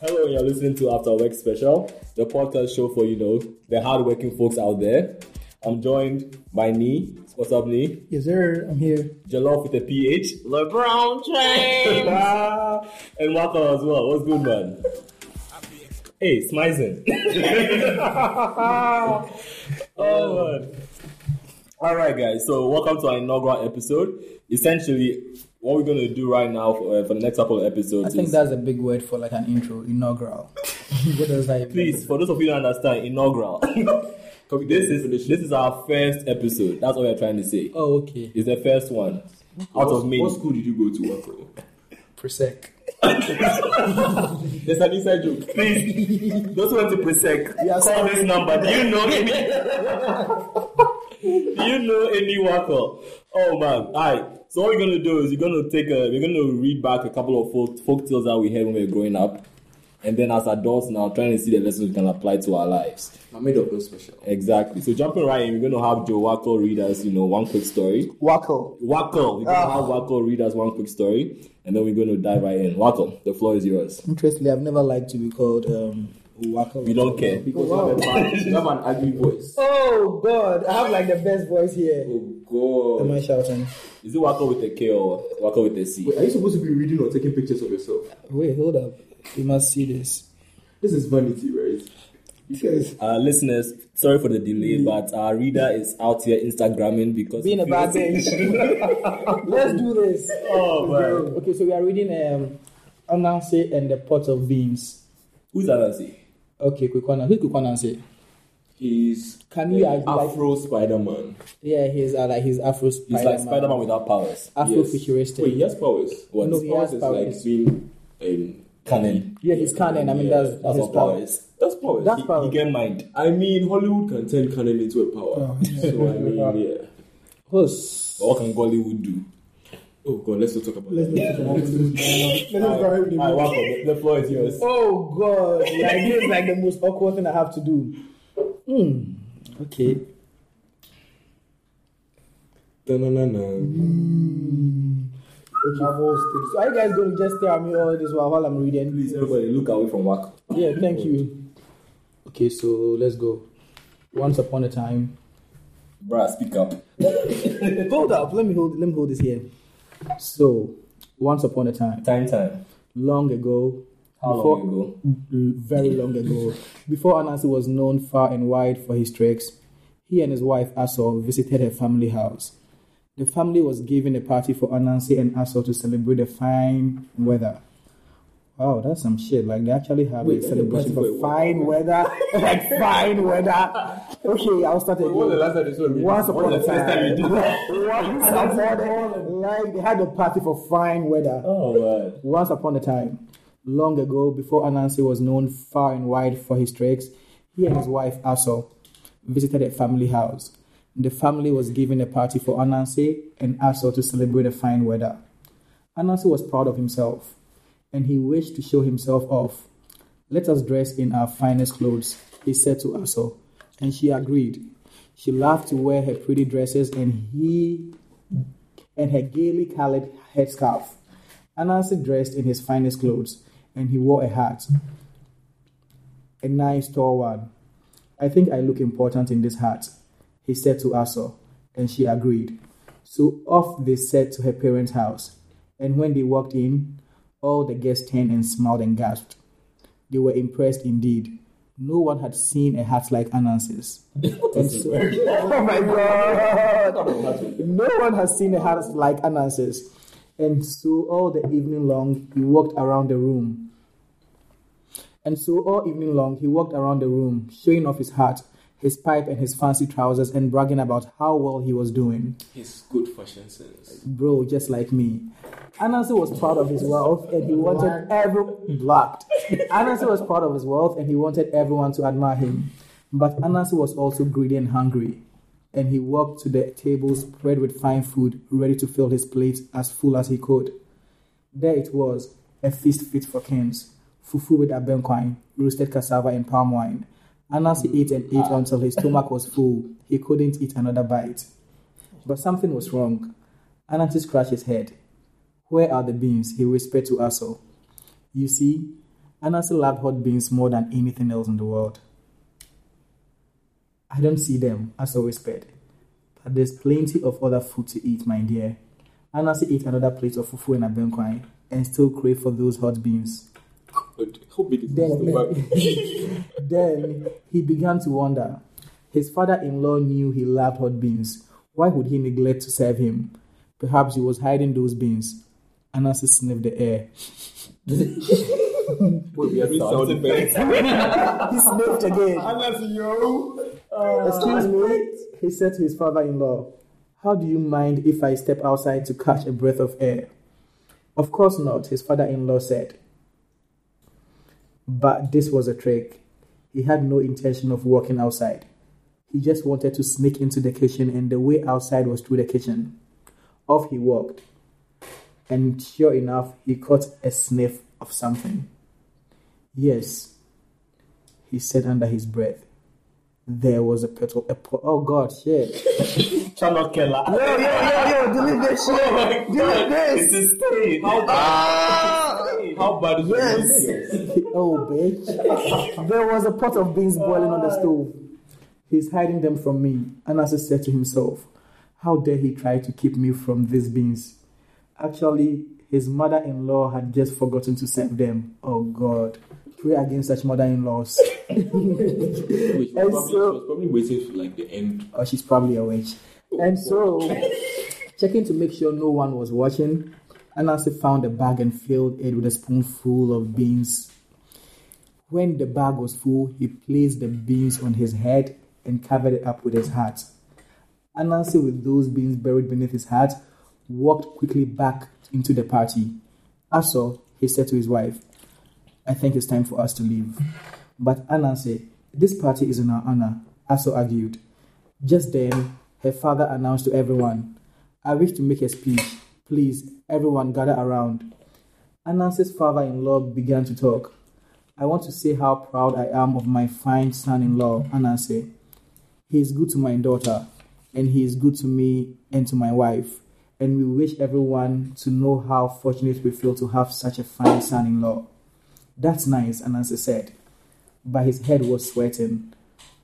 Hello, you're listening to After Work Special, the podcast show for you know the hardworking folks out there. I'm joined by Nee. What's up, Nee? Yes, sir. I'm here. Jalof with a PH. LeBron James. and Waka as well. What's good, man? Hey, Smizen. oh, man. All right, guys. So, welcome to our inaugural episode. Essentially, what we're going to do right now for, uh, for the next couple of I episodes think is that's a big word for like an intro, inaugural. what does that even please, for those of you who don't understand, inaugural. this is this is our first episode. That's what we're trying to say. Oh, okay. It's the first one out of many. What school did you go to, Wakro? Prosec. There's an inside joke. Please, those who want to presec, call this number. Do you know any? do you know any worker? Oh man! Alright. So what we're gonna do is we're gonna take a we're gonna read back a couple of folk, folk tales that we had when we were growing up, and then as adults now trying to see the lessons we can apply to our lives. I made up no special. Exactly. So jumping right in, we're gonna have Joe Wacko read us, you know, one quick story. Waco. Wacko, we're gonna Ah. have Wacko read us one quick story, and then we're gonna dive right in. Wacko, the floor is yours. Interestingly, I've never liked to be called um, Waco. We don't care. Because you, have a bad, you have an ugly voice. Oh, God. I have like the best voice here. Oh Am god. I shouting? Is it Waka with a K or Waka with a C? Wait, are you supposed to be reading or taking pictures of yourself? Wait, hold up. You must see this. This is vanity, right? You guys. Uh, listeners, sorry for the delay, but our reader is out here Instagramming because Mm. Being a bad bitch. Let's do this. Oh, man. Okay, so we are reading um, Anansi and the Pot of Beans. Who's Anansi? Okay, quick one. Who's quick one? Anansi? He's Can you an act like- Afro Spider Man. Yeah, he's uh, like he's Afro He's Spider-Man. like Spider Man without powers. Afro futuristic. Wait, he has powers. What? No, His he powers has is powers. like being. Um, Canon. yeah, he's canon. I mean, Yeah, that's That's his what power. power is. that's powers. That's He- power. He get mind. I mean, Hollywood can turn canon into a power. Oh, yeah. So I mean, yeah. Who's- But what can Gollywood do? Oh god, let's not talk about that. Alright, Waka, the, the floor is yours. Oh God! Like this is like the most awkward thing I have to do. Hmm. Okay. Da-na-na-na. Hmm. So are you guys going to just stare at me all this while while I'm reading? Please, everybody, look away from Waka. Yeah. Thank you. Okay, so let's go. Once upon a time. Bruh, speak up. Hold up. Let me hold. Let me hold this here. So, once upon a time, Time, time. long ago, How before long ago? very long ago, before Anansi was known far and wide for his tricks, he and his wife Aso visited her family house. The family was giving a party for Anansi and Aso to celebrate the fine weather. Wow, that's some shit. Like they actually have Wait, a that's a celebration party for for a fine weather, like fine weather. Okay, I'll start again. What was the last time you saw a video? Once upon What's a the first time you time, did once upon a like they had a party for fine weather. Oh, man. Once upon a time, long ago, before Anansi was known far and wide for his tricks, he and his wife Aso visited a family house. The family was giving a party for Anansi and Aso to celebrate the fine weather. Anansi was proud of himself, and he wished to show himself off. Let us dress in our finest clothes, he said to Aso, and she agreed. She loved to wear her pretty dresses, and he and her gaily colored headscarf. Anansi dressed in his finest clothes, and he wore a hat, a nice tall one. I think I look important in this hat, he said to Aso, and she agreed. So off they set to her parents' house, and when they walked in, all the guests turned and smiled and gasped. They were impressed indeed. No one had seen a hat like Anansi's. And so- oh my god! No one has seen a hat like Anansi's. And so all the evening long, he walked around the room. And so all evening long, he walked around the room, showing off his hat, his pipe, and his fancy trousers, and bragging about how well he was doing. His good fashion sense. Bro, just like me. Anansi was proud of his wealth and he wanted every blocked. Anansi was proud of his wealth and he wanted everyone to admire him. But Anansi was also greedy and hungry, and he walked to the table spread with fine food, ready to fill his plate as full as he could. There it was, a feast fit for kings. Fufu with abenquine, roasted cassava and palm wine. Anansi ate and ate until his stomach was full. He couldn't eat another bite. But something was wrong. Anansi scratched his head. Where are the beans? he whispered to Aso. You see, Anansi loved hot beans more than anything else in the world. I don't see them, as I whispered. But there's plenty of other food to eat, my dear. Anansi ate another plate of fufu and abenkwai and still craved for those hot beans. But how big is this Then- stomach? Then he began to wonder. His father in law knew he loved hot beans. Why would he neglect to serve him? Perhaps he was hiding those beans. Anansi sniffed the air. we are doing sound effects. He sniffed again. Excuse me, he said to his father in law, How do you mind if I step outside to catch a breath of air? Of course not, his father in law said. But this was a trick. He had no intention of walking outside. He just wanted to sneak into the kitchen, and the way outside was through the kitchen. Off he walked. And sure enough, he caught a sniff of something. Yes, he said under his breath there was a pet a po- oh god shit Channel killer. delete this shit delete It's a stain. How bad? How bad is yes. oh bitch there was a pot of beans boiling on the stove he's hiding them from me anasa said to himself how dare he try to keep me from these beans actually his mother-in-law had just forgotten to serve them oh god pray against such mother-in-laws Which was And probably- so- was probably waiting for like the end. or she's probably a witch. And so, checking to make sure no one was watching, Anansi found a bag and filled it with a spoonful of beans. When the bag was full, he placed the beans on his head and covered it up with his hat. Anansi, with those beans buried beneath his hat, walked quickly back into the party. Also, he said to his wife, I think it's time for us to leave. But Anna said, This party is in our honor, Aso argued. Just then, her father announced to everyone, I wish to make a speech. Please, everyone gather around. Anansi's father in law began to talk. I want to say how proud I am of my fine son in law, Anansi. He is good to my daughter, and he is good to me and to my wife. And we wish everyone to know how fortunate we feel to have such a fine son in law. That's nice, Anansi said. But his head was sweating,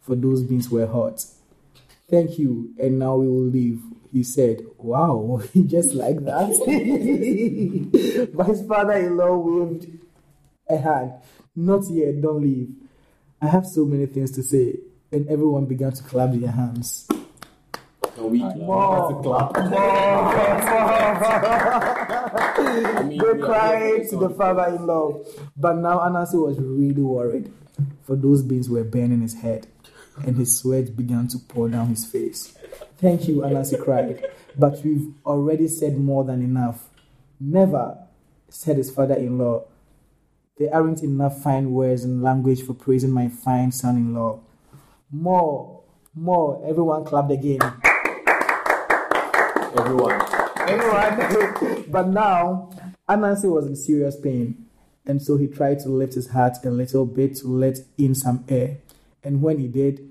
for those beans were hot. Thank you, and now we will leave, he said. Wow, just like that. but his father in law waved a hand. Not yet, don't leave. I have so many things to say. And everyone began to clap their hands. Can Ah, we? I mean, They we are- cried to the father in law. But now Anansi was really worried, for those beans were burning his head, and his sweat began to pour down his face. Thank you, Anansi cried, but we've already said more than enough. Never, said his father in law. There aren't enough fine words and language for praising my fine son in law. More, more, everyone clapped again. Everyone. Everyone. but now, Anansi was in serious pain, and so he tried to lift his heart a little bit to let in some air. And when he did,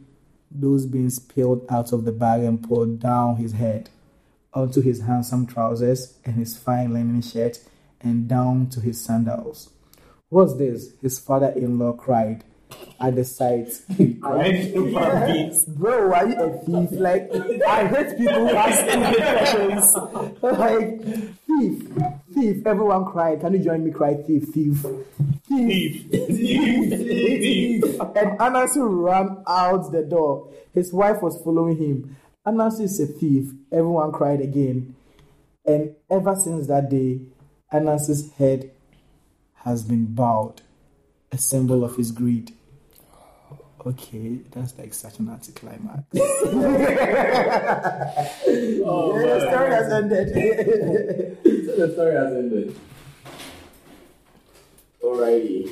those beans spilled out of the bag and poured down his head, onto his handsome trousers and his fine linen shirt, and down to his sandals. What's this? His father in law cried at the sight. Right? Bad beats. Bro, are you a thief? Like, I hate people who ask stupid questions. Like, thief, thief. Everyone cried. Can you join me? Cry, thief, thief, thief. Thief. Thief. Thief. And Anansi ran out the door. His wife was following him. Anansi is a thief. Everyone cried again. And ever since that day, Anansi's head has been bowed, a symbol of his greed. Okay, that's like such an anticlimax. Oh, the story has ended. So the story has ended. Alrighty.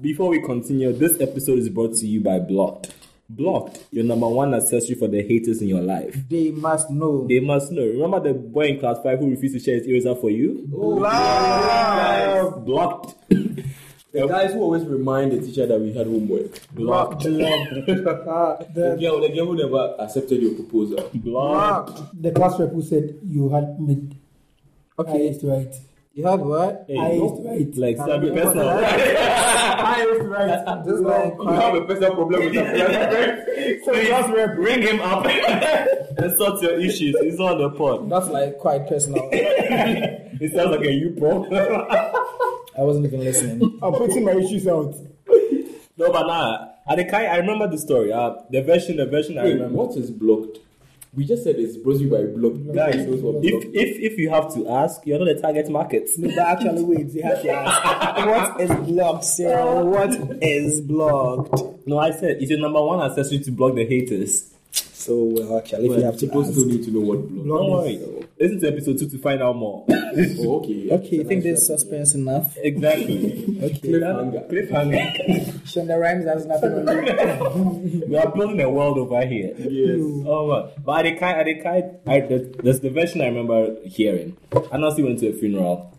Before we continue, this episode is brought to you by Blocked. Blocked, your number one accessory for the haters in your life. they must know. They must know. Remember the boy in class 5 who refused to share his eraser for you? Guys, Blocked. the guys who always remind the teacher that we had homework. Blocked. The the, girl, the girl who never accepted your proposal. Blocked. the class rep who said you had made okay. Okay. highest right. You have what? Hey, I used don't- to write like, I so be remember personal. I used to write this long You have a personal problem with that. so just bring him up and sort your issues. It's not the pod. That's like quite personal. It sounds like a you problem. I wasn't even listening. I'm putting my issues out. No, but nah. At the kind, I remember the story. Uh, the version, the version I Wait, remember. what is blocked? We just said it's brought you by blocked. Guys, Those were if blocked. if if you have to ask, you're not the target market. No, but actually, wait, you have to ask. What is blocked, Sarah? What is blocked? No, I said it's the number one accessory to block the haters. So, well, actually, if Well, you have to people ask. still need to know what blocked. Don't worry. Listen to episode two to find out more. Oh, okay. Okay, you think there's suspense enough? exactly. Okay. Cliffhanger. Cliffhanger. Shonda Rhimes has nothing on you. we are building a world over here. Yes. Oh man. But at the kind, at the kind, I, the, there's the version I remember hearing. Anansi went to a funeral,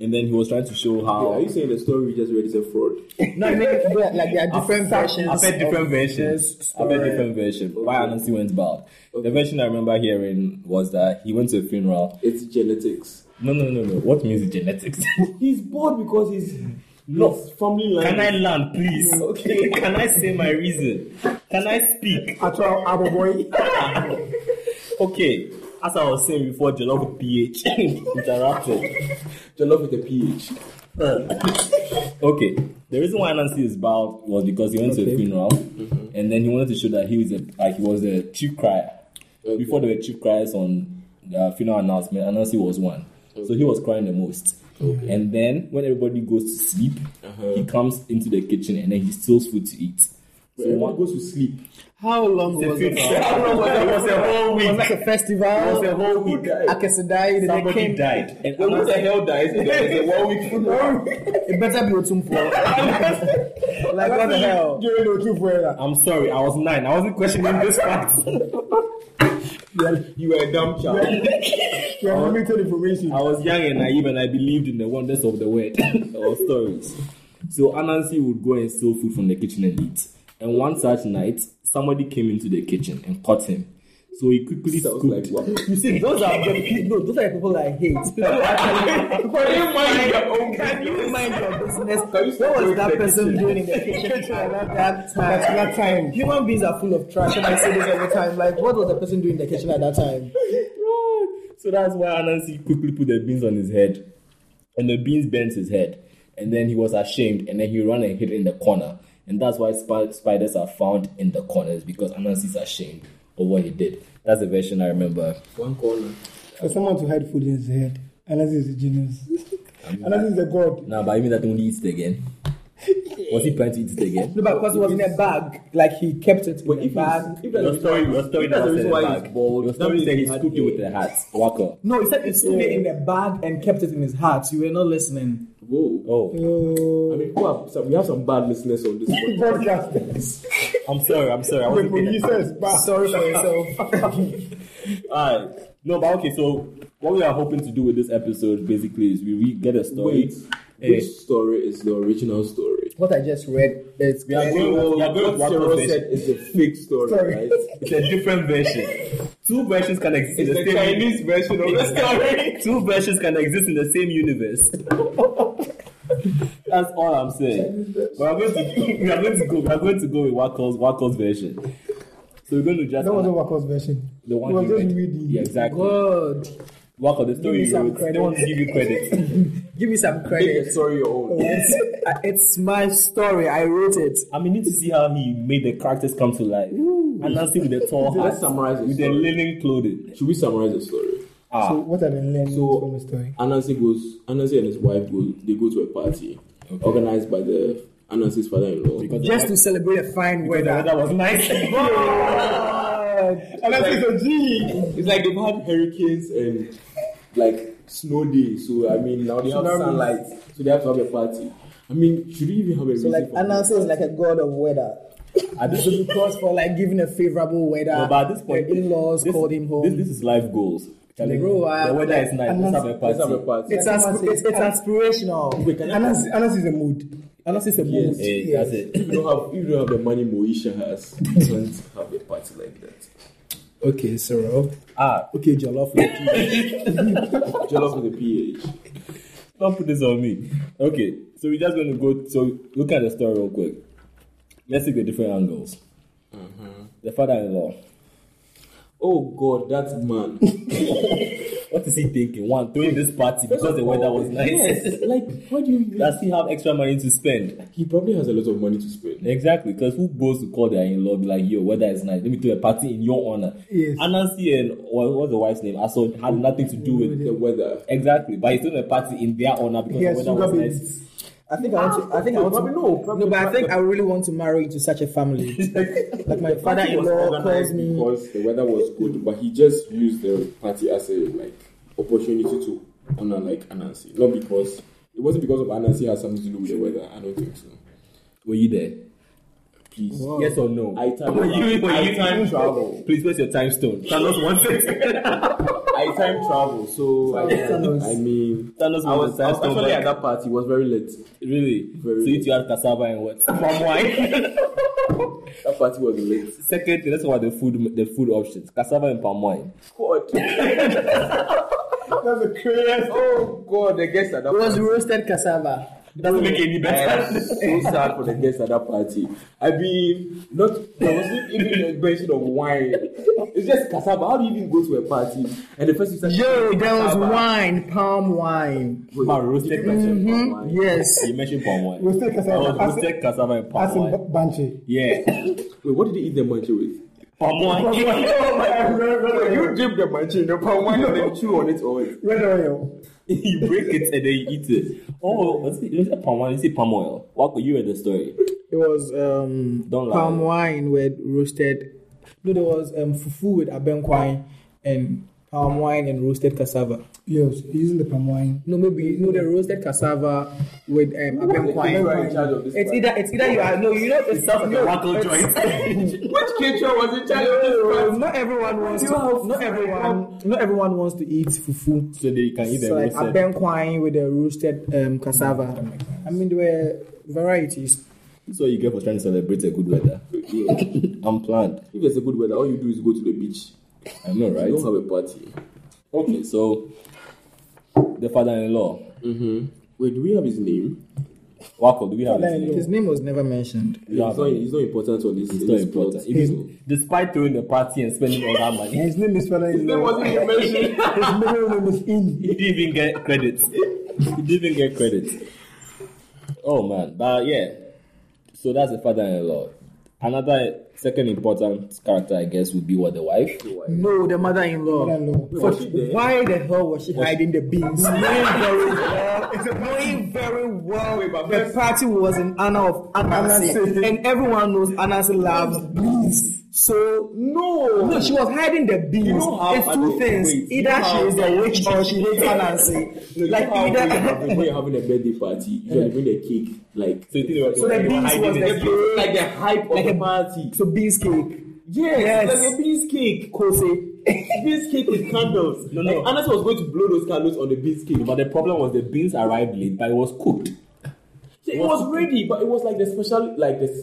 and then he was trying to show Yeah, are how. you saying the story we just read is a fraud? No, I mean, but, like there are different versions. I've heard different versions. I've heard different versions. Why Anansi went bald? The version I remember hearing was that he went to a funeral. It's genetics. No, no, no, no. What music genetics? He's bored because he's No. his family line. Can I land, please? Okay. Can I say my reason? Can I speak? Actual Abba boy. Okay. As I was saying before, Jollof PH interrupted. Jollof with a PH. Okay. The reason why Nancy is bald was because he went to a funeral, Mm-hmm. and then he wanted to show that he was a like he was a chief crier. Okay. Before there were chief criers on the funeral announcement, Nancy was one, so he was crying the most. And then when everybody goes to sleep, Uh-huh. he comes into the kitchen and then he steals food to eat. So Everyone one goes to sleep. How long The was funeral. it? it was a whole week. It was like a festival. It was a whole week. Akesedai, then they Somebody came. died. And Wait, who the Anansi- hell dies? It's a one week funeral. It better be Otumpo. like what the hell? You know, two for that. I'm sorry, I was nine. I wasn't questioning this fact. You are a dumb child. You Uh, have limited information. I was young and naive, and I believed in the wonders of the word or stories. So Anansi would go and steal food from the kitchen and eat. And one such night, somebody came into the kitchen and caught him. So he quickly Sounds scooped. like what? You see, those are the people. No, those are the people I hate. People who actually. people who mind your own Can you mind your business? Can you stop What was doing that the person doing in the kitchen at that time? Particular time. Human beings are full of trash, and I say this every time. Like, what was the person doing in the kitchen at that time? So that's why Anansi quickly put the beans on his head. And the beans bent his head. And then he was ashamed. And then he ran and hid in the corner. And that's why spi- spiders are found in the corners because Anansi is ashamed of what he did. That's the version I remember. One corner. For someone to hide food in his head, unless he's a genius. Unless he's a god. Now, but even that only eats it again. Was he planning to eat it again? No, but because it was in a bag. Like he kept it in But a if bag. he's, if that's the reason why- was if that's the in reason the why bag. he's bald, Your that story means said he had scooped it with the hat. Waka. No, he said he stood it in a bag and kept it in his heart. You were not listening. Whoa. Oh, I Uh, mean, who have, some, we have some bad listeners on this podcast. Podcast. I'm sorry. I'm sorry. I With wasn't paying producers. but- Sorry for yourself. Alright. No, but okay. So what we are hoping to do with this episode basically is we re- get a story. Wait, Eh. which story is the original story? what I just read is are clearly- going- we are going with what one Cheryl version. said is a fake story, Sorry. right? It's a different version. Two versions can exist. It's in the Chinese version of the story. Two versions can exist in the same universe. That's all I'm saying. We are going to we are going to go we are going to go with Waco's Waco's version. So we're going to just That wasn't Waco's version. the one it was you just read. reading. Yeah, exactly. God. Waco, the me story you some wrote. They want to give you credit. Give me some Make credit. the story your own. it's, uh, it's my story. I wrote it. I mean, need to see how he made the characters come to life. And Nancy with the tall Let's hat, summarize the with the story. linen clothing. Should we summarize the story? Ah, So, what are the learnings So- from the story? Anansi goes. Anansi and his wife go. They go to a party organized by the Anansi's father-in-law. because Just to celebrate a fine the weather. weather was nice. Unless he's a G. it's like they've had hurricanes and like snow days. So I mean, now they have Tsunamis. sunlight, so they have to have a party. I mean, should we even have a So like reason for Anansi is like a god of weather. At this- So because for like giving a favorable weather, No, but at this point, the in-laws this- called him home. This, this is life goals. Charlie, Bro, I- the weather is nice. Let's have a Let's have a party. party. it's, asp- it's, it's aspirational. Wait, can I- Unless unless he's a mood. Anansi is a mood. Yes. Hey, Eh, that's it. If you don't have, if you don't have the money Moesha has, you can't have a party like that. Okay, Cyril. Ah, Okay, Jollof. Jollof with a PH. Don't put this on me. Okay, so we're just going to go. So look at the story real quick. Let's take the different angles. The father-in-law. Oh God, that man. What is he thinking? One, throwing this party because the weather was nice. Yes, like why do you? Does he have extra money to spend? He probably has a lot of money to spend. Exactly, because who goes to call their in-law be like, yo, weather is nice. Let me do a party in your honor. Yes. Anansi and what what's the wife's name? Aso had nothing to do with The weather. Exactly, but he's doing a party in their honor because Yes, the weather sugar was nice. babies. I think I want to. I think I want Probably to. no. No, Probably but I think I really want to marry into such a family. like my father-in-law calls organized me. because the weather was good, but he just used the party as a like opportunity to honor like Anansi. Not because it wasn't because of Anansi has something to do with the weather. I don't think so. Were you there? Please. Yes or no? I time Were travel. you, were I you- time travel. Please place your time stone. Thanos wants it. I time travel. So I, I mean, Thanos I wants was, the I time was stone. actually at back. that party. It was very late. Really? Very so you two had cassava and what? Palm wine. That party was late. Second, thing, let's talk about the food. The food options: cassava and palm wine. God. That's a crazy. Oh God, the guests at that It was party. roasted cassava. Doesn't make any I am so sad for the guests at that party. I mean, not there wasn't even a mention of wine. It's just cassava. How do you even go to a party and the first you start? Yo, there was Cassava. wine, palm wine. Wait, Ah, roasted you mentioned wine. Yes. You mentioned palm wine. Roasted cassava. Oh, roasted cassava and palm As in wine. bu- Banshee. Yeah, Wait, what did they eat the manchi with? palm wine. you dip the manchi in the palm wine and then chew on it all. Red oil. you break it and then you eat it. Oh, was it, was it palm wine? Is it palm oil? What you read the story? It was um Don't lie. palm wine with roasted. No, there was um fufu with abenkwine and palm wine and roasted cassava. Yes, using the palm wine. No, maybe no the roasted cassava with um You abenkwine. are in charge of this. It's party. either it's either you are no you know it's Sounds like a wackle it's- joint. Which kitchen was in charge No, of this? not everyone wants to, not everyone not everyone wants to eat fufu. so they can eat It's the like roasted. abenkwine with the roasted um, cassava. I mean there were varieties. That's what you get for trying to celebrate a good weather. party? Yeah. Unplanned. If there's a good weather, all you do is go to the beach. I know, You right? don't have a party. Okay, so the father-in-law. Mm-hmm. Wait, do we have his name? Wako, do we have his name? His name was never mentioned. Yeah, it's, not, it's not important on this. It's in not this plot. important. If you- despite throwing the party and spending all that money, His name is Fela. His There wasn't even mentioned. middle name is In. he didn't even get credit. He didn't even get credit. Oh man, but yeah. So that's the father-in-law. Another second important character, I guess, would be what the wife. No, the mother-in-law. Mother-in-law. For- why the hell was she hiding the beans? knowing very well, knowing very well the party was in honor of Anansi, Anansi. and everyone knows Anansi loves beans. So no, no, she was hiding the beans. know how it's two Anansi- things: wait, you either know she how- is a witch or she hates No, eh. Anansi. you Like know how when you're either. having- when you're having a birthday party, you usually bring a cake, like So you think they were- So the they were beans hiding was it? the like the hype Like of a- a party. so beans cake. Yes, Yes. like a beans cake. Kose. Beans cake with candles. No, no. Like, Anas was going to blow those candles on the beans cake. But the problem was the beans arrived late, but it was cooked. it was ready, but it was like the special, like this.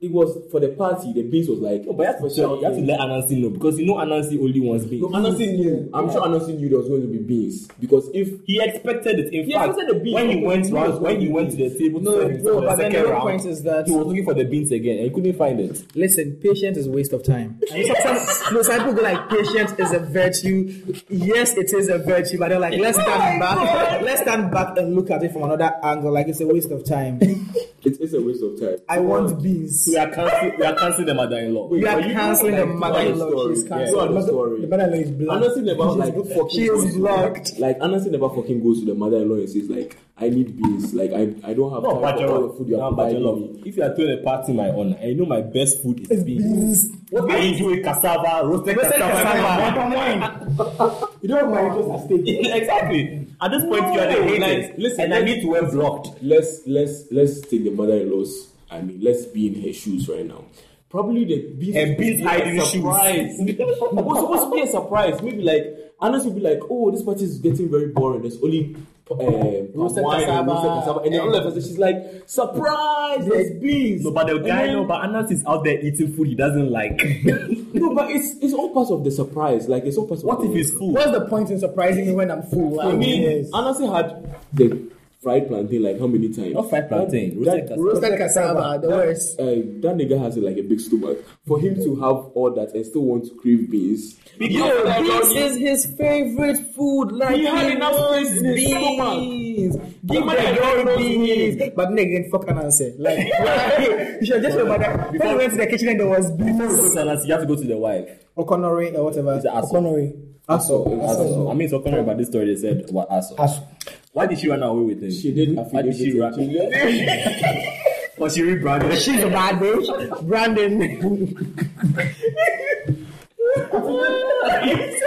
It was for the party. The beans was like "Oh, No, but you have to, tell, you have to let Anansi know because you know Anansi only wants beans. No, Anansi knew. I'm sure Anansi knew there was going to be beans because if He expected it. In He fact, expected the beans. when he went He was round, when he going went to to the table to serve himself bro, for the but then second the round, point is that- he was looking for the beans again and he couldn't find it. Listen, patience is a waste of time. And some, some, no, some people go like, patience is a virtue. Yes, it is a virtue, but they're like, let's Oh stand back. Let's stand back and look at it from another angle. Like it's a waste of time. it's, it's a waste of time. I want beans. We are canceling. we are canceling the mother-in-law. You are But you canceling the know, like, you know mother-in-law. the She's story. canceling. You know the The story. mother-in-law is black. Honestly, never like fucking She is goes to- blocked. Like honestly, never fucking goes to the mother-in-law and says like, "I need beans. Like I, I don't have No, time for all Bajalo. the food you No, are providing me." Bajalo. If you are throwing a party in my honor, and you know my best food is It's beans. beans. What are you doing? Cassava, roasted, cassava. You don't mind just a steak. exactly. At this point, you are the haters. Listen, and I let's- need to wear blocked. Let's let's let's take the mother-in-law's. I mean, let's be in her shoes right now. Probably the beans. And beans was hiding a shoes. surprise. it was supposed to be a surprise. Maybe like Anas would be like, "Oh, this party is getting very boring. There's only." Uh, roasted wine and cassava. roasted cassava, and then all of a sudden she's like, "Surprise! There's beans." No, but the And guy, then- no, but Anas is out there eating food he doesn't like. no, but it's it's all part of the surprise. Like it's all part of. what the, if it's full? What's the point in surprising me when I'm full? I Like, mean, yes. honestly, had the fried plantain like how many times? Not fried plantain, roasted That, cassava. roasted cassava, the worst. uh, that nigga has like a big stomach. For him to have all that and still want to crave beans, Yo, this is his favorite food. Like he had enough loves space in his beans. stomach. Give me They that don't girl beans. beans. But nigga, again, fuck an answer. Like, you should just remember that when we went to the kitchen and there was Go beans. eh, to Anas, you have to go to the wife. Okonore or whatever. It's Aso. Okonore. Aso. Aso. I mean, it's okay about this story. They said what Aso. Aso. Why did she run away with him? She didn't Why did she affidavit run? it. She- Or she rebranded? She's a bad bitch. Brandon.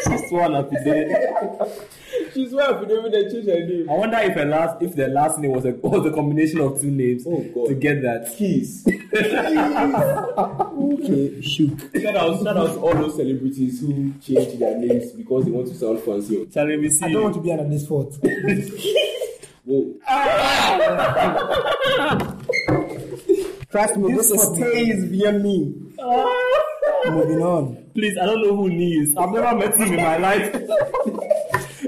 She swore an affidavit. She's well affidavit that changed her name. I wonder if her last, if the last name was a was a combination of two names Oh, God. to get that. Keys. Okay, shoot. Shout out, shout out to all those celebrities who change their names because they want to sound fancy. Shall we see? I don't want to be under this fault. Whoa. Trust me, This this is- fault stays via me. Ah. Moving on. Please, I don't know who Nee is. I've never met him in my life.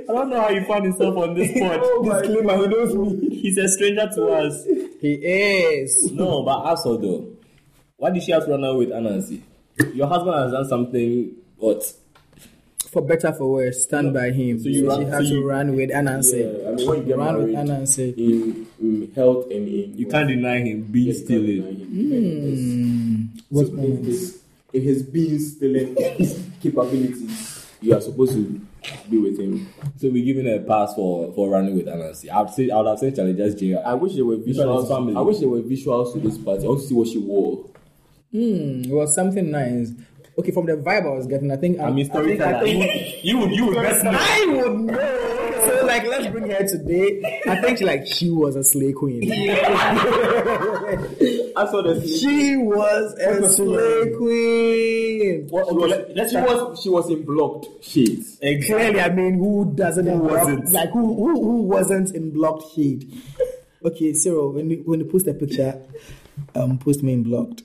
I don't know how he found himself on this spot. Oh Disclaimer, he knows me. He's a stranger to us. he is. No, but also though, why did she have to run away with Anansi? Your husband has done something. What? For better for worse, stand by him. So you she run- had so to you- run with Anansi. Yeah, uh, I mean, when you get Run with married Anansi. in, in health and in You can't deny him being Yes, stealing. can't deny him. Yes. Hmm. What So moment? in his, in his being stealing capabilities, you are supposed to be with him. So we're giving her a pass for for running with Anansi. I'd say I'd have said Charlie just jail. I wish there were Because of his visuals. family. I wish there were visuals to this party. I want to see what she wore. Mm, it was something nice. Okay, from the vibe I was getting, I think I mean, think- I storyteller. think- You would you would best know. I would know. So like, let's bring her today. I think like she was a slay queen. I saw the she, She was a slay queen. was, she was she was in blocked shades. Eh, Clearly, I mean, who doesn't who wasn't? like who, who who wasn't in blocked shade? Okay, Cyril, when you when you post a picture, um, post me in blocked.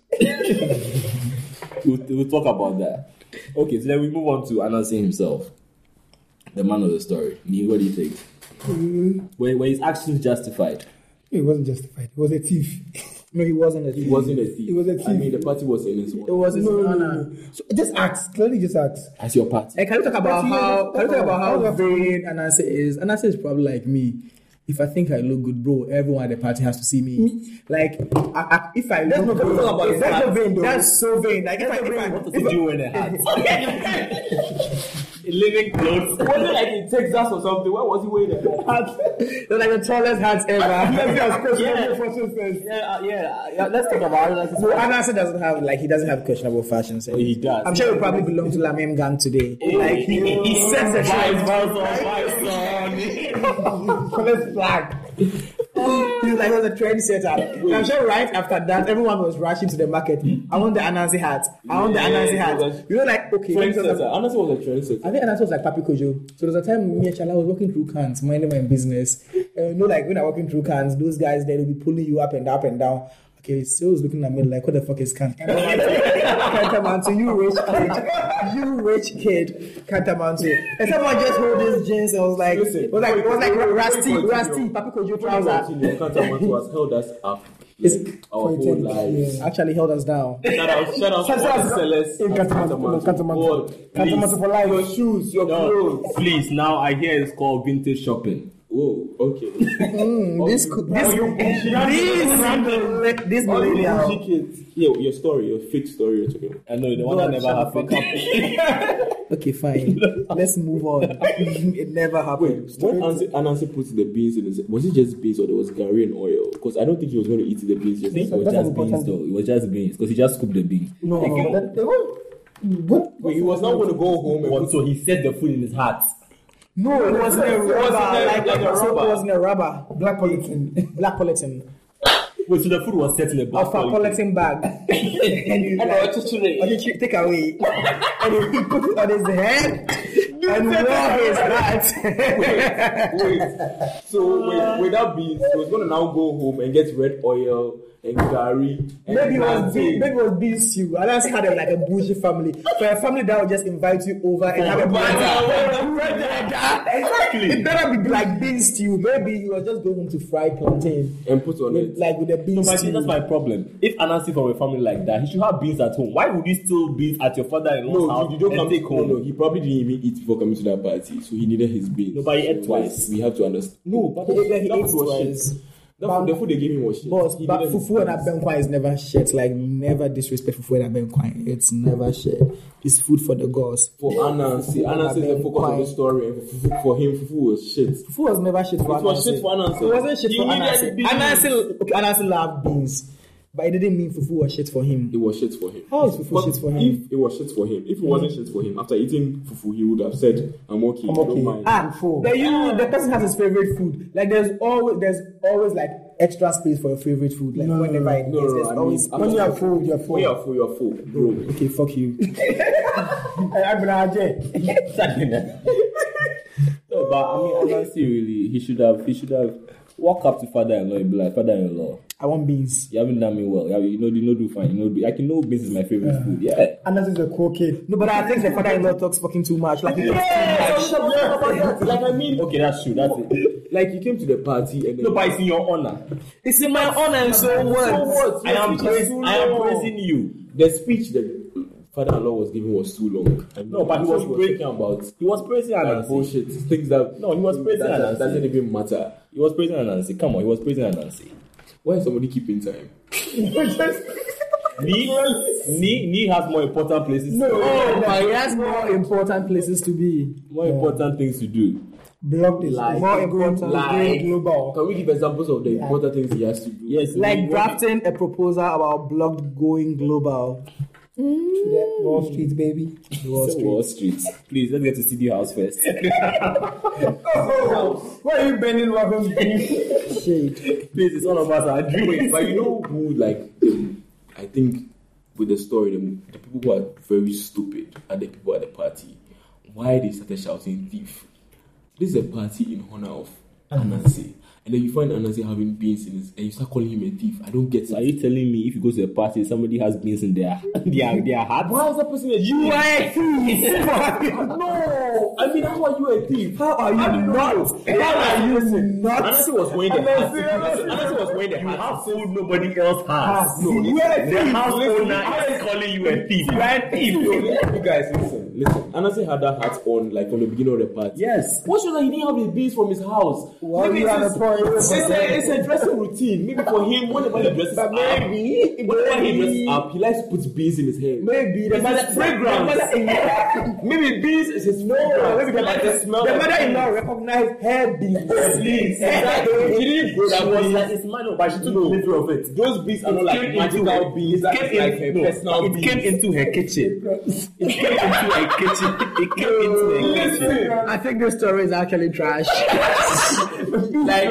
We'll, we'll talk about that. Okay, so then we move on to Anansi himself, the man of the story. Nee, what do you think? Mm-hmm. Were, were his actions justified? It wasn't justified. It was a thief. No, he wasn't a It thief. wasn't a thief. It was a I thief. mean, the party was in his It was his No, no, honor. no, no. So just ask. Clearly, just ask. As your party. And can you talk about But you how know, can you talk about all how of- vain Anansi is? Anansi is probably like me. If I think I look good, bro, everyone at the party has to see me. Like, I, I, if I look no, good, talk about it. that's That's so so vain. though. That's so vain. Like, if I, if I, What does you wear in a hat? Living clothes. Was it like in Texas or something? Where was he wearing a hat? they're like the tallest hats ever. Yeah, uh, yeah, yeah. Let's talk about Anansi. so Anansi doesn't have like he doesn't have questionable fashion sense. He does. I'm sure he probably belong to Lamem gang today. Oh, Like, he, he sets the Vice trend. versa, vice versa. Colors black. He's like, it was a trend setter. And I'm sure right after that, everyone was rushing to the market. I want the Anansi hat. I want the Anansi Yeah, hat. that's- You know, like, okay. let me tell you Trendsetter. something. Honestly, was a trendsetter. I think Anansi was like Papi Kojo. So there was a time me and Chala was walking through cans, minding my business. And you know, like, when I'm walking through cans, those guys, they'll be pulling you up and up and down. Okay, so was looking at me like, what the fuck is can? Cantamanto, you rich kid, you rich kid, Cantamanto. And someone just hold his jeans and was like, Listen, it was like, it was like wait, wait, rusty, wait, wait, rusty, wait. Papi Kojo When we trousers. continue, Kantamanto has held us up It's- like, our whole yeah. lives. actually held us down. Shout out, shout out, Shout out to Celeste. in and Kantamanto, Kantamanto. God, Kantamanto for life. Your shoes, your No, clothes. please, now I hear it's called vintage shopping. Whoa, okay. Mm, This could this this this All Oh, you millennial. bougie kids. Yeah, your story, your fake story you're talking about. I know, the one that never happened. Okay, fine. Let's move on. it never happened. Wait, when Anansi, Anansi put the beans in his... Was it just beans or there was Gary and oil? Because I don't think he was going to eat the beans just It was That's just important. beans, though. It was just beans. Because he just scooped the bean. No, that, they won't. What? Wait, he was not going to go home and What? So he set the food in his heart. No, it wasn't a rubber. wasn't a- Like, like a so it rubber. wasn't a rubber. Black polythene. Black polythene. Wait, so the food was set in a black Of a collecting bag. and you And like, I want to today. okay, ch- take away. and he put it on his head and wore his hat. Wait. So wait, wait, that beans he was gonna now go home and get red oil and curry and Maybe it was plantain. being, maybe it was being you. And that's kind of like a bougie family. For a family that would just invite you over and have a Ah, brother. Exactly. It better be like bean stew. Maybe you are just going home to fry plantain, and put on it. with, like with a bean No, but I stew. think that's my problem. If Anansi from a family like that, he should have beans at home. Why would he still beans at your father-in-law's No, house he, he don't and come take home? No, no, he probably didn't even eat before coming to that party, so he needed his beans. No, but he ate So twice. We have to understand. No, but He ate- that he food ate was shit. twice. That food- the food they gave him was shit. Boss, He but needed his fufu and beans. abenkwan is never shit. Like never disrespect fufu and abenkwan. It's never shit. It's food for the gods. for Anansi. Anansi is the focus of the Abenkwan. story, and fufu, for him, fufu was shit. Fufu was never shit for It was shit for Anansi. It wasn't shit He for needed Anansi. beans. Anansi, okay, Anansi loved beans, but it didn't mean fufu was shit for him. It was shit for him. How is fufu But shit for him? If it was shit for him, if it wasn't shit for him, after eating fufu, he would have said, "I'm okay, I'm okay. I am okay i do not mind." Ah, the, you, the person has his favorite food. Like there's always there's always like extra space for your favorite food. Like whenever it is, No, no, there's no, I mean, always I'm not- full, you're When you're full, you're full, bro. Okay, fuck you. I'm No, but I mean, honestly, really, he should have, he should have walk up to father-in-law and be like, father-in-law, I want beans. you haven't done me well. You have- You know, you know, do fine. You know, do, I can know beans is my favorite food. Yeah. Anas is a cool kid. No, but I think the father-in-law talks fucking too much. Like he talks like I mean, Okay, that's true. That's it. like you came to the party and then No, but it's in your honor. It's in my honor and so what? I am praising. I am praising you. the speech that father-in-law was giving was too long. No, but he was breaking about He was praising like Anansi. bullshit things that No, he was things praising that, Anansi. that doesn't even matter. He was praising Anansi. Come on, he was praising Anansi. Why is somebody keeping time? Ni, Ni, Ni has more important places. Oh, but he has more important places to be. More important things to do. Blocked is Like- more important. Like- Going global. Can we give examples of the important things he has to do? Yes. Like Ni- drafting a proposal about blocked going global. To Mm. the Wall Street, baby. Wall Street. Wall Street. Please, let's get to CD House first. Why are you bending over me? Please, it's all of us are dreaming. But you know who, like, the, I think with the story, the, the people who are very stupid are the people at the party. Why they started shouting thief? This is a party in honor of Uh-huh. Anansi. And then you find Anansi having beans in his, and you start calling him a thief. I don't get Are it. you telling me if you go to a party, somebody has beans in their their their hat? Why is that person a You are a thief! no! I mean, how are you a thief? How are you not? How are you not? Anansi was wearing the hat. Anansi was wearing the hat. have food nobody else Ah, has. No, You are a the house owner is calling you a thief. You are a thief. you guys listen, listen. Anansi had that hat on like from the beginning of the party. Yes. What's that he didn't have his beans from his house? maybe it's, it's, a, it's a dressing routine. Maybe for him, whenever he dresses up, maybe whenever he dresses up, he likes to put beans in his hair. Maybe It's his fragrance. maybe beans is his no. Maybe the like the smell. The of mother-in-law recognized hair beans. beans. Exactly. He didn't grow that beans. it's mine, but she took of it. Those beans are not like came into magical her, beans. it That's came, like in, her no, personal it beans. came into her kitchen. It came into her kitchen. It came into her kitchen. I think this story is actually trash. I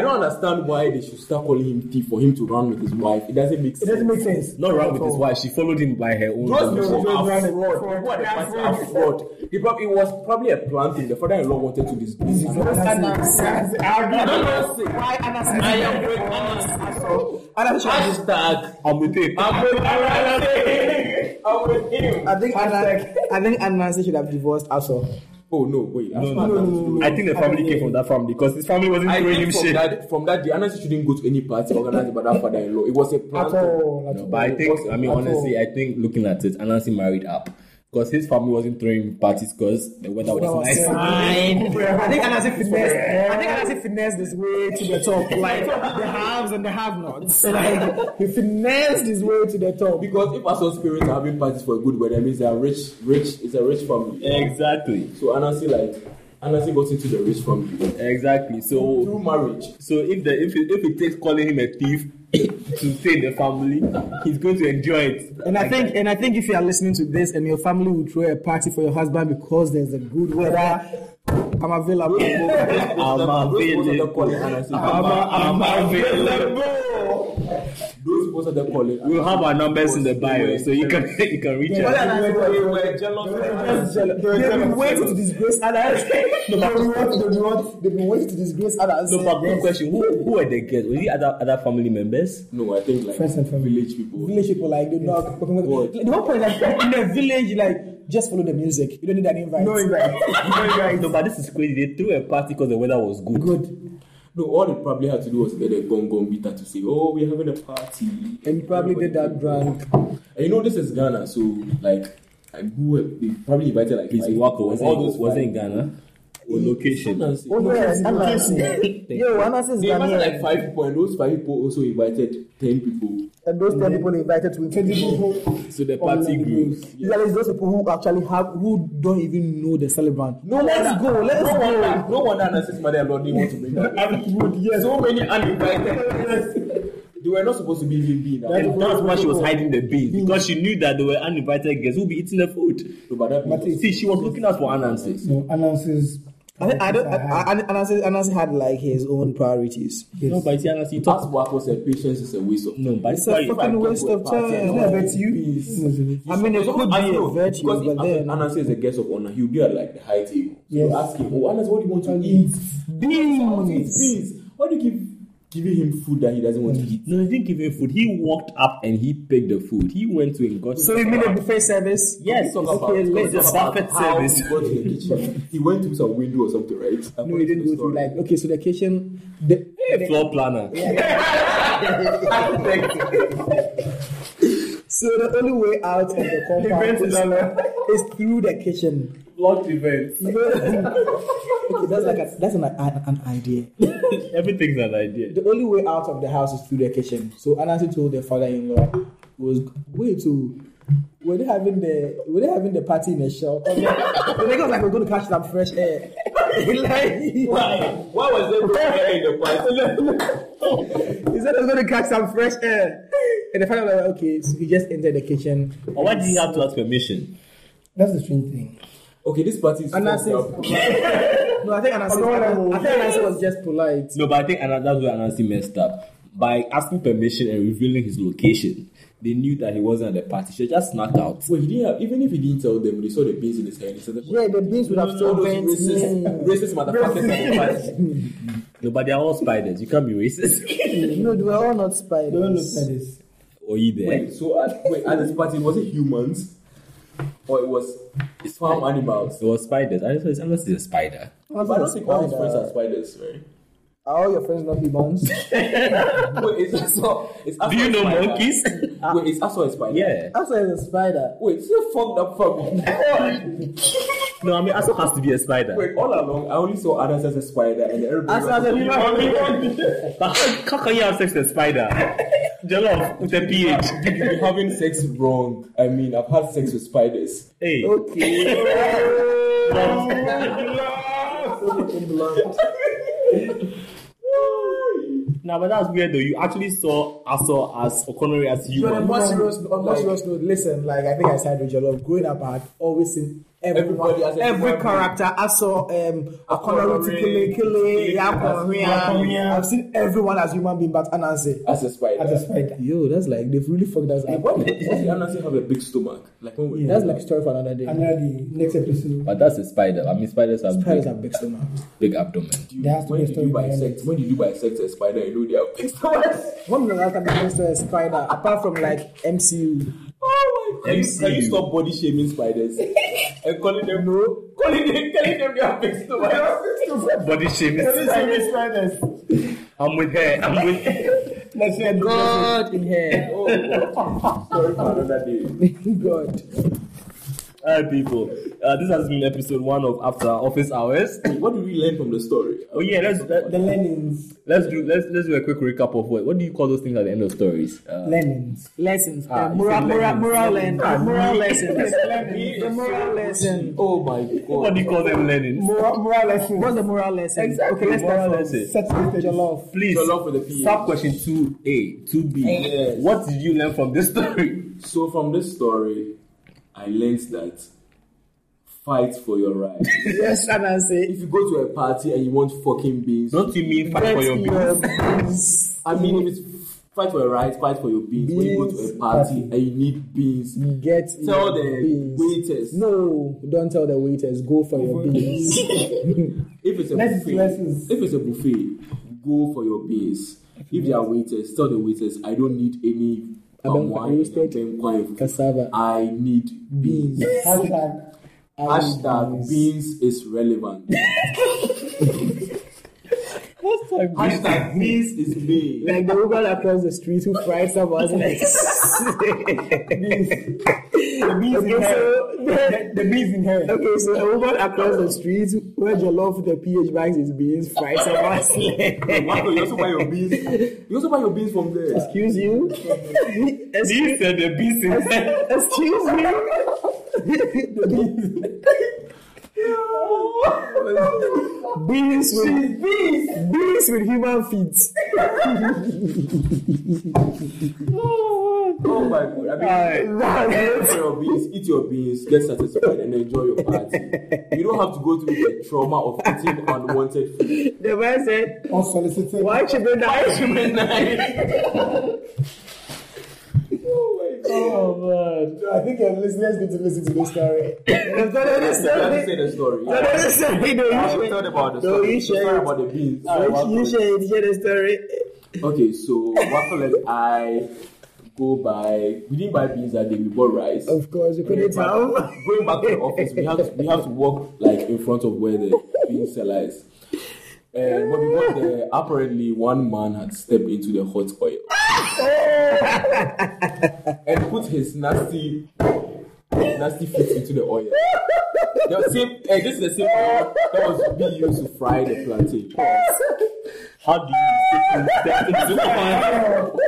don't understand why they should start calling him thief for him to run with his wife. It doesn't make sense. Doesn't make sense. Not wrong with his wife. She followed him by her own. Those decision. people were Fraud, fraud. fraud, People were fraud. fraud. fraud. He prob- it was probably a plant thing. The father-in-law wanted to disgrace him. Why Anansi? I am with Anansi. Hashtag. I'm with it. I'm with Anansi. I'm with him. I think Anansi, I think Anansi should have divorced Aso. Oh no, wait. No, no, I think the family came from that family because his family wasn't I doing him think from shit. that, from that day, Anansi shouldn't go to any party organized by that father-in-law. It was a plant. No, but I think, I mean, honestly, I think looking at it, Anansi married up because his family wasn't throwing parties because the weather was nice. I think Anansi finessed. I think Anansi finessed his way to the top, like the haves and the have-nots. Like he finessed his way to the top. Because if Asos parents are having parties for a good weather, it means they are rich, rich. It's a rich family. Exactly, So Anansi like, Anansi got into the rich family exactly. So, through marriage. so if the if it, if it takes calling him a thief to stay in the family, he's going to enjoy it. And I think, and I think if you are listening to this and your family will throw a party for your husband because there's a good weather, I'm available. I'm available. Those people that call it. We'll have our numbers in the bio, so you can you can reach us. They've been waiting to disgrace others. They've been waiting- they've been waiting- they've been waiting to disgrace others. No, but good question. Who who are the guests? Was it other other family members? No, I think like Friends and family. village people. Village people like they know. What? The whole point is like in the village, like just follow the music. You don't need an invite. No invite. No, but this is crazy. They threw a party because the weather was good. Good. No, all they probably had to do was get a gong gong beater to say, "Oh, we're having a party." And you probably did that drunk. And you know, this is Ghana, so like, I grew up. They probably invited like Please, five Wako, people. was all those it was it five- in Ghana? Or location? Ghana, so- Oh, yes, Anansi. Yo, Anansi is They invited like Ghanaian. five people, and those five people also invited ten people. And those 10 people invited to 20 people. So the party grew. Yeah, it's those people who actually have, who don't even know the celebrant. No, Let's go, let's no go. Wonder, no wonder Anasis Mother Lord didn't want to bring that. So many uninvited. they were not supposed to be even being that. And that's why she was hiding the beans because she knew that they were uninvited guests who'll be eating the food. No, but that Matthew. See, she was looking out for Anansi. No, Anansi's. I think I don't. I, I, And Anansi, Anansi had like his own priorities. No, but you see, Anansi, you that's talk. what was said patience is a waste of No, but It's a fucking waste of time. I Yeah, bet you. I mean, it could be a virtue, but then- Anansi is a guest of honor. He'll be at like the high table. So you ask him, oh, Anansi, what do you want to eat? Beans. Beans. Why do you give giving him food that he doesn't want to eat? No, he didn't give him food. He walked up and he picked the food. He went to and got. so you mean a buffet service? yes, Talk about, okay, let's talk just about buffet how service. He, got to the kitchen. he went through some window or something, right? No, you didn't go through like okay. So the kitchen, the, the Floor planner. so the only way out of the compound is, is through the kitchen. Blocked events. okay, that's like a, that's an, an, an idea. Everything's an idea. The only way out of the house is through the kitchen. So Anansi told their father-in-law was way to were they having the were they having the party in a shell? the nigga was like we're gonna catch some fresh air. like, Why was there in the party? he said we're gonna catch some fresh air. And the father was like, okay, so he just entered the kitchen. But why did he have to ask permission? That's the strange thing. Okay, this party is fucked Anansi up. No, I think Anansi, I think Anansi was just polite. No, but I think Ana- that's where Anansi messed up. By asking permission and revealing his location, they knew that he wasn't at the party. She just snuck out. Well, he didn't have, even if he didn't tell them, they saw the beans in his hand. He said, Yeah, the beans would have all still those been. racist, racist motherfuckers at the party. No, but they're all spiders. You can't be racist. No, they were all not Don't look spiders. at this. or you there. Wait, so at, wait, at this party, was it humans or it was farm animals? It was spiders. I just I'm not a spider. But I don't think all his friends are spiders, right? Are all your friends not humans? Wait, it's also, it's Do also you a know spider. monkeys? Wait, it's also a spider. yeah. Asa is a spider. Wait, it's a fucked up family. No, I mean Aso has to be a spider. Wait, all along, I only saw others as a spider and everybody. Asa is a But how, how can you have sex with a spider? Jollof with a pH. You've been having sex wrong. I mean, I've had sex with spiders. Hey. Now, but that's weird though. You actually saw Aso as Okonori as But on a human. more serious, on a more serious note, listen, like I think I said with your love, growing up, I had always seen everyone, Everybody has a every different character. I saw um, Akonoro Akonori, Tikele, Kele, Yakomia. Yakomia. I've seen everyone as human being, but Anansi. As a spider. That's a spider. Yo, that's like they've really fucked us up. Why did Anansi have a big stomach? Like when we That's like a story for another day. Under the next episode, But that's a spider. I mean, spiders have Spiders big, have big stomach. big abdomen. you, There has to when be a did you story behind bisect when did you bisect a spider? You know they are big stomachs. When was the last time you saw a spider? Apart from like MCU, Oh my god! Can you MCU. stop body shaming spiders and calling them no? Calling them, telling them they are big stomachs. Body shaming. I'm with her. I'm with her. God in here. Oh, God. sorry for another day. God. All right, people. Uh, this has been episode one of After Office Hours. What do we learn from the story? Oh yeah, let's let, the learnings, let's do let's let's do a quick recap of what what do you call those things at the end of stories? Uh, learnings. Lessons. Ah, uh, moral, you said moral, lessons. moral, and- Ah, moral lessons. The moral lesson. Oh my god! what do you call them, Lenin? Moral, moral lessons. What's the moral lesson? Exactly. Okay, let's Moral start from lesson. Set the stage. Jollof. Please. Your love for the PA. Sub question two A, two B. Yes. What did you learn from this story? So from this story, I learned that fight for your right. yes, Anansi. if you go to a party and you want fucking beans, Don't you mean fight for your beans? beans. I mean, if it's fight for your right, fight for your beans. When you go to a Beans, party party. and you need beans, Get tell your the beans. waiters. No, don't tell the waiters. Go for your beans. If it's a Let's buffet, dress is- if it's a buffet, go for your beans. If there are waiters, tell the waiters I don't need any palm Abeng- wine, roasted abeng wine. Cassava. I need beans. Hashtag. Hashtag beans is relevant. Hashtag beans is big. Like the woman across the street who fried someone's legs. The bees in her. The, the bees in her. Okay, so a woman across the street where Jollof the PH bags is beans fried someone's leg. Marco, you also buy your beans. You also buy your beans from there. Excuse you. You said the beans in there. Excuse me. beans with beans. beans with human feet. Oh my god! I mean, Eat your beans, eat your beans, get satisfied, and enjoy your party. You don't have to go through the trauma of eating unwanted food. The man said, Unsolicited. "Why children die? Why children oh man! I think your listeners need to listen to this story. Don't understand Let me it. say the story. Don't Yeah. understand it. I Don't will you tell share- about the No, story. you share Sorry it. about the beans. Sorry about You the- share it. Share the story. Okay, so waffle and I go buy. We didn't buy beans that day. We bought rice. Of course, you couldn't tell. Going back to the office, we have to, we have to walk like in front of where the bean seller is. And when we got there, apparently one man had stepped into the hot oil and put his nasty, nasty feet into the oil. The same, eh, this is the same oil that was being used to fry the plantain. How do you step into one?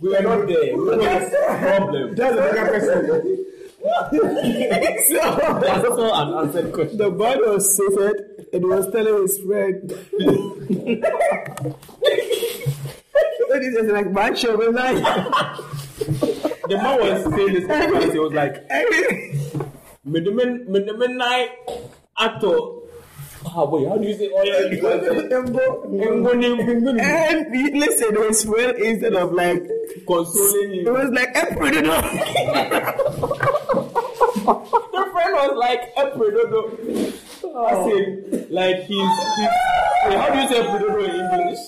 We were not there. We were not problem. That's a bigger question. That's also an answered question. The man was seated and was telling his friend. and he was like, man, show me life. The man was saying this because he was like, And Medemenai actor. Ah, wait, how do you say oil? Because he listened to his friend instead of like, consoling it him. was like, I put it on. The friend was like, Epidodo. I said, like, he's. he's wait, how do you say Epidodo in English?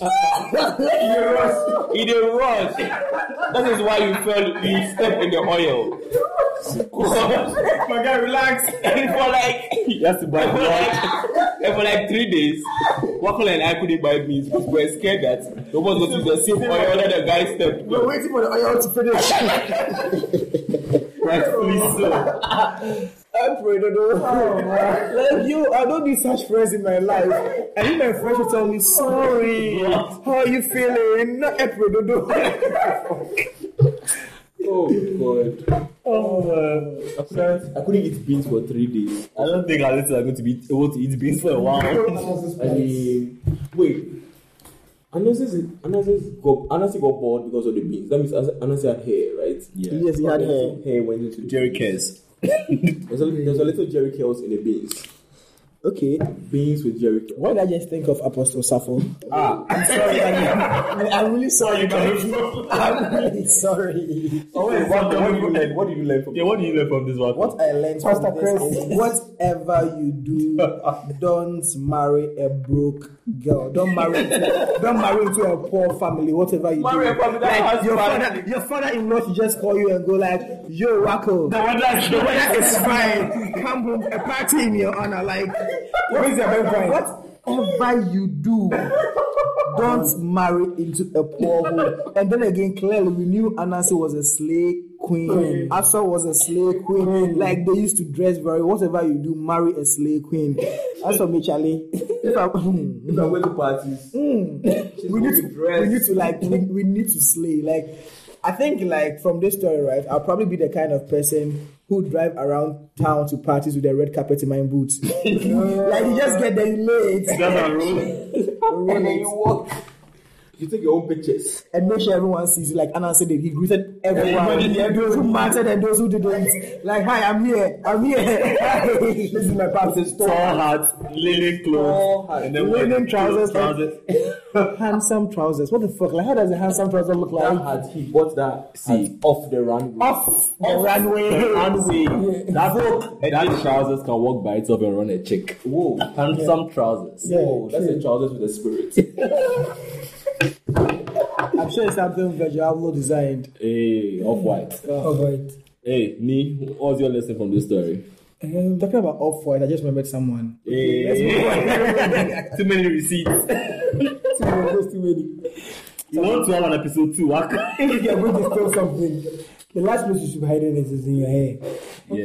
in a rush. In a rush. That is why you fell, you stepped in the oil. My guy, relax. And for like. He has to buy And for blood. like- and for like three days, Waffle and I couldn't buy beans because we were scared that nobody was going to the same oil that the guy stepped. We're waiting for the oil to finish. Rightfully so. I pray, don't know. like, you, I don't need such friends in my life. I need my friends to tell me, sorry, how are you feeling? Not April, don't know. Oh god. I couldn't, I couldn't eat beans for three days. I don't think our listeners are going to be able to eat beans for a while. I mean, wait. Anasis, Anasis got Anansi got bored because of the beans. That means Anansi- Anansi had hair, right? Yeah. Yes, he had hair. Hair went into the Jerry beans. cares. There's a, there's a little Jerry curls in the beans. Okay. Beans with Jerry curls. Why did I just think of Apostle Sappho? Ah, I'm sorry. Daniel. I'm really sorry. Daniel. I'm really sorry. oh, wait, what, what, do you learn? What did you learn from? Yeah, what do you learn from this one? What I learned Pastor from this Chris. is whatever you do, don't marry a broke girl. Don't marry into, don't marry into a poor family. Whatever you Marry do, a family that has your family. father, your father-in-law should just call you and go like, "Yo, Rocco, the weather- the weather is fine. Come home, a party in your honor." Like, Where's your bank account? whatever you do, don't marry into a poor home. And then again, clearly we knew Anansi was a slave queen. Asa was a slave queen. Like they used to dress very. Whatever you do, marry a slave queen. As for me, Charlie, if I, hmm. If I went to parties, we need to dress. we need to like we, we need to slay. Like I think like from this story, right? I'll probably be the kind of person who drive around town to parties with a red carpet in my boots. like you just get there you late. That's a rule. Roll it. you walk. You take your own pictures. and make sure everyone sees you. Like Anna said, he greeted everyone, those who mattered and those who didn't. Like, hi, I'm here, I'm here. this is my pastor's Tall store. hat, linen Tall clothes, hat. and then Linen wearing trousers. trousers. handsome trousers. What the fuck? Like, how does a handsome trouser look like? he bought that See. off the runway. Off the runway. Runway. That's it. And these trousers can walk by itself and run a chick. Whoa, handsome trousers. Yeah, Oh, that's true. the trousers with the spirit. I'm sure it's something Virgil Abloh designed. Hey, off white. All right. Hey, Nee, what's your lesson from this story? Um, talking about off white, I just remembered someone. Hey. Too many receipts. Too many, there's too many. You want to have an episode two, Waka? If you're going to steal something, the last place you should be hiding it is in your hair. Yeah.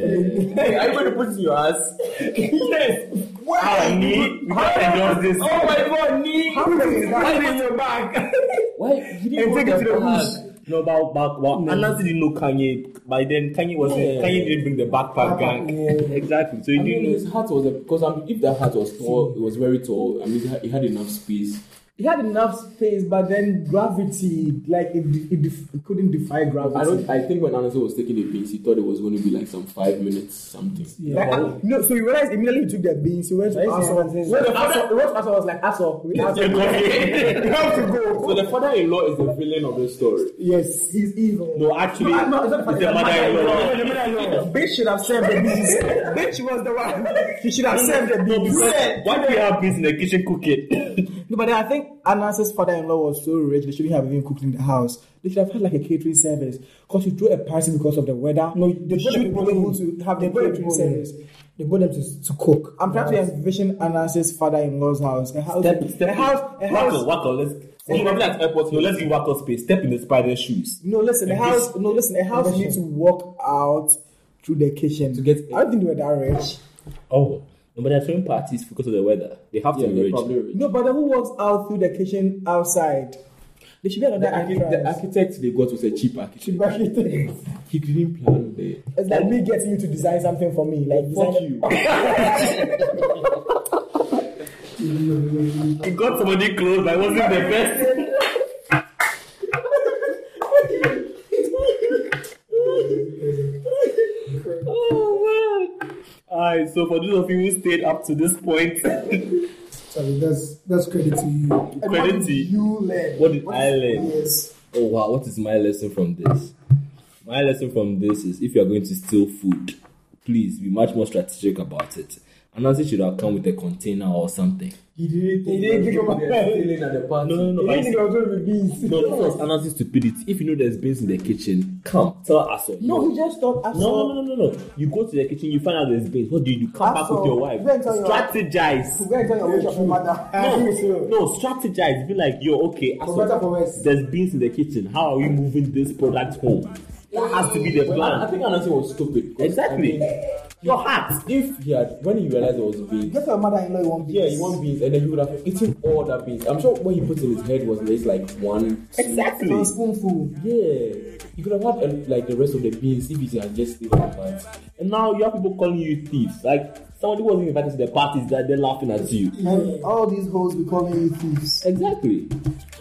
Hey, are you going to put it in your ass? yes. Ah, Nee, we can't endorse this. Oh my god, knee! How many is that? Why in your back? Why? You didn't And put take it to back. the bush. No, but, but, but Anansi didn't know Kanye. By then, Kanye was Kanye didn't bring the backpack gang. yeah. Exactly. So he I mean, didn't know. his hat was a because I mean, if the hat was tall, it was very tall. I mean, he had- he had enough space. He had enough space, but then gravity, like, it, de- it, def- it couldn't defy gravity. I don't. I think when Anderson was taking the piece, he thought it was going to be like some five minutes something. Like, ah, no, so you realize immediately you took their beans, you went to Nice. Aso. When the Aso, when Aso was like, Aso, we have to go. So the father-in-law is the villain of the story. Yes, he's evil. No, actually, No, no, it's not the it's the mother-in-law. mother-in-law. Bitch should have served the beans. Bitch was the one. She should have served the No, beans. because why do you have beans in the kitchen cook it? No, but then I think Anansi's father-in-law was so rich they shouldn't have even cooked in the house. They should have had like a catering service because you threw a party because of the weather. No, they you brought the should people be able in. to have They the brought the catering people in. service. They brought them to, to cook. I'm trying to envision Anansi's father-in-law's house. A house, Step, a step. house, a house. Wackle, wackle. Let's. Well, probably at airport. No, let's give wackle space. Step in the spider's shoes. No, listen, a house. No, listen, a house. You need to walk out through the kitchen to get- I don't think they were that rich. Oh, no, but they're throwing parties because of the weather. They have Yeah, to they're encourage. probably rich. No, but then who walks out through the kitchen outside? There should be another The, archi- the entrance. architect they got was a cheap Should be architect. architect. He didn't plan the. It's like me getting you to design something for me. Like design Fuck you. He got somebody close, but it wasn't the best. oh man! Alright, so for those of you who stayed up to this point, Sorry, that's, that's credit to you. credit to you. you learn. What did I learn? Yes. Oh wow, what is my lesson from this? My lesson from this is if you are going to steal food, please be much more strategic about it. Anansi should have come with a container or something. He didn't think didn't that think people about were that. stealing at the party. No, no, no. You but it's- didn't think I was going to be beans. No, no, no, Anansi stupidity. If you know there's beans in the kitchen, come tell Aso. No, he just thought. I No, saw- no, no, no, no. You go to the kitchen, you find out there's beans. What do you do? Come back Aso, with your wife. go and tell your wife. Strategize. Go and tell your witch of your mother. No, no, strategize. Be like, yo, okay, Aso, For better, for worse. there's beans in the kitchen. How are we moving this product home? That has to be the I, I plan. think Anderson was stupid. 'cause, Exactly. I mean, Your heart. if he had, when he realized it was beans, Get your mother-in-law. You want beans. yeah, you want beans, and then he would have eaten all that beans. I'm sure what he put in his head was just like one. two, Exactly. One spoonful. Yeah, you could have had uh, like the rest of the beans if he had just stayed on the party. And now you have people calling you thieves. Like, somebody wasn't invited to the parties that they're laughing at you. And all these hoes be calling you thieves. Exactly. And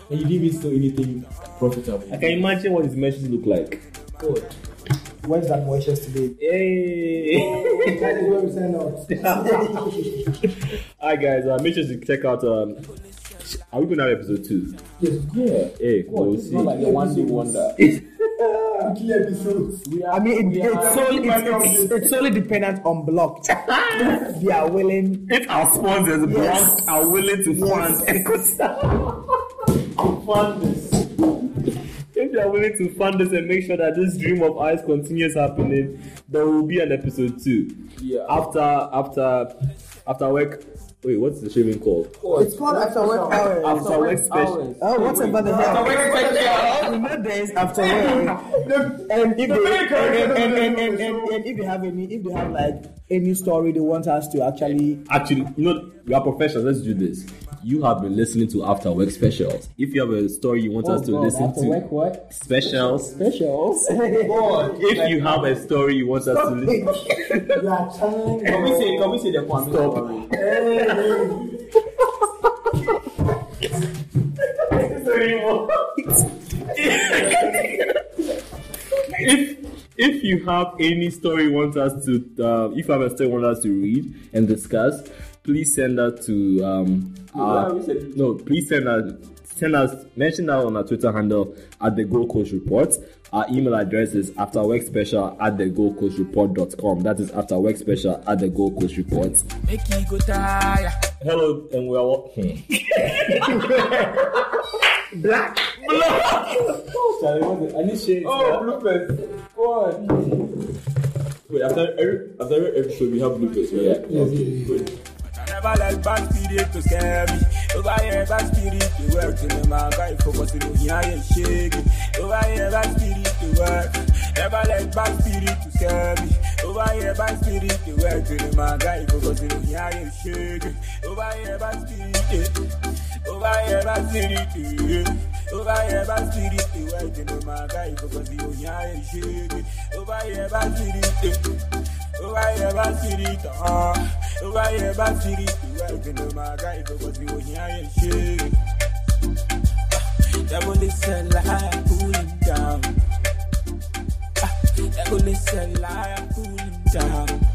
you didn't even steal anything profitable. I can imagine what his mentions look like. God. Where's that Moishas today? Hey. That is where we sign out. Hi guys, uh, make sure to check out. Um, are we gonna have episode two? Yeah. Hey, God, we'll this is see. not like a one day wonder. Weekly episodes. We are, I mean, we it, are, it's, solely, it's, it's, it's solely dependent on blocked. If they are willing. If our sponsors Yes. are willing to fund fund this, if they are willing to fund this and make sure that this dream of ours continues happening, there will be an episode two. Yeah. After after after work. Wait, what's the streaming called? It's called after work hours. After work special. hours. Oh, whatever the hell. You know there is after work. and, if they, and, and, and, and, and, and if they have any, if they have like any story they want us to actually. Actually, you know, we are professionals. Let's do this. You have been listening to After Work Specials. If you have a story you want Oh, us to listen to, what? specials. Specials. If you have a story you want us to listen to, You are trying. Can we say, can we say the Kwame story? Hey, hey. anymore. if if you have any story you want us to, uh, if you have a story you want us to read and discuss, please send us to um. our- no, please send us. Send us mention that on our Twitter handle at the Gold Coast Report. Our email address is afterworkspecial at the Gold Coast Report.com. That is afterworkspecial at the Gold Coast Report. Make you go tire. Hmm. Hello, and we are walking. Oh, bloopers. What? Wait, after every, after every episode, we have bloopers, right? Yeah. Okay, good. But I never let bad spirit to scare me. Over here, bad spirit to work. Till the man guy focus on the high and shaky. Over here, bad spirit to work. Never let bad spirit to scare me. Over here, bad spirit to work. Till the man guy focus on the high and shaky. Over here, bad spirit. eh. Over here, bad spirit to work. Over here, bad spirit to work. Till the man guy focus on the high and shaky. Over here, bad spirit. eh. Over here, bad spirit, uh, over here, bad spirit, you are gonna my guy, because you hear your shit. Devil is a liar, pull him down. Ah, Devil is a liar, pull him down.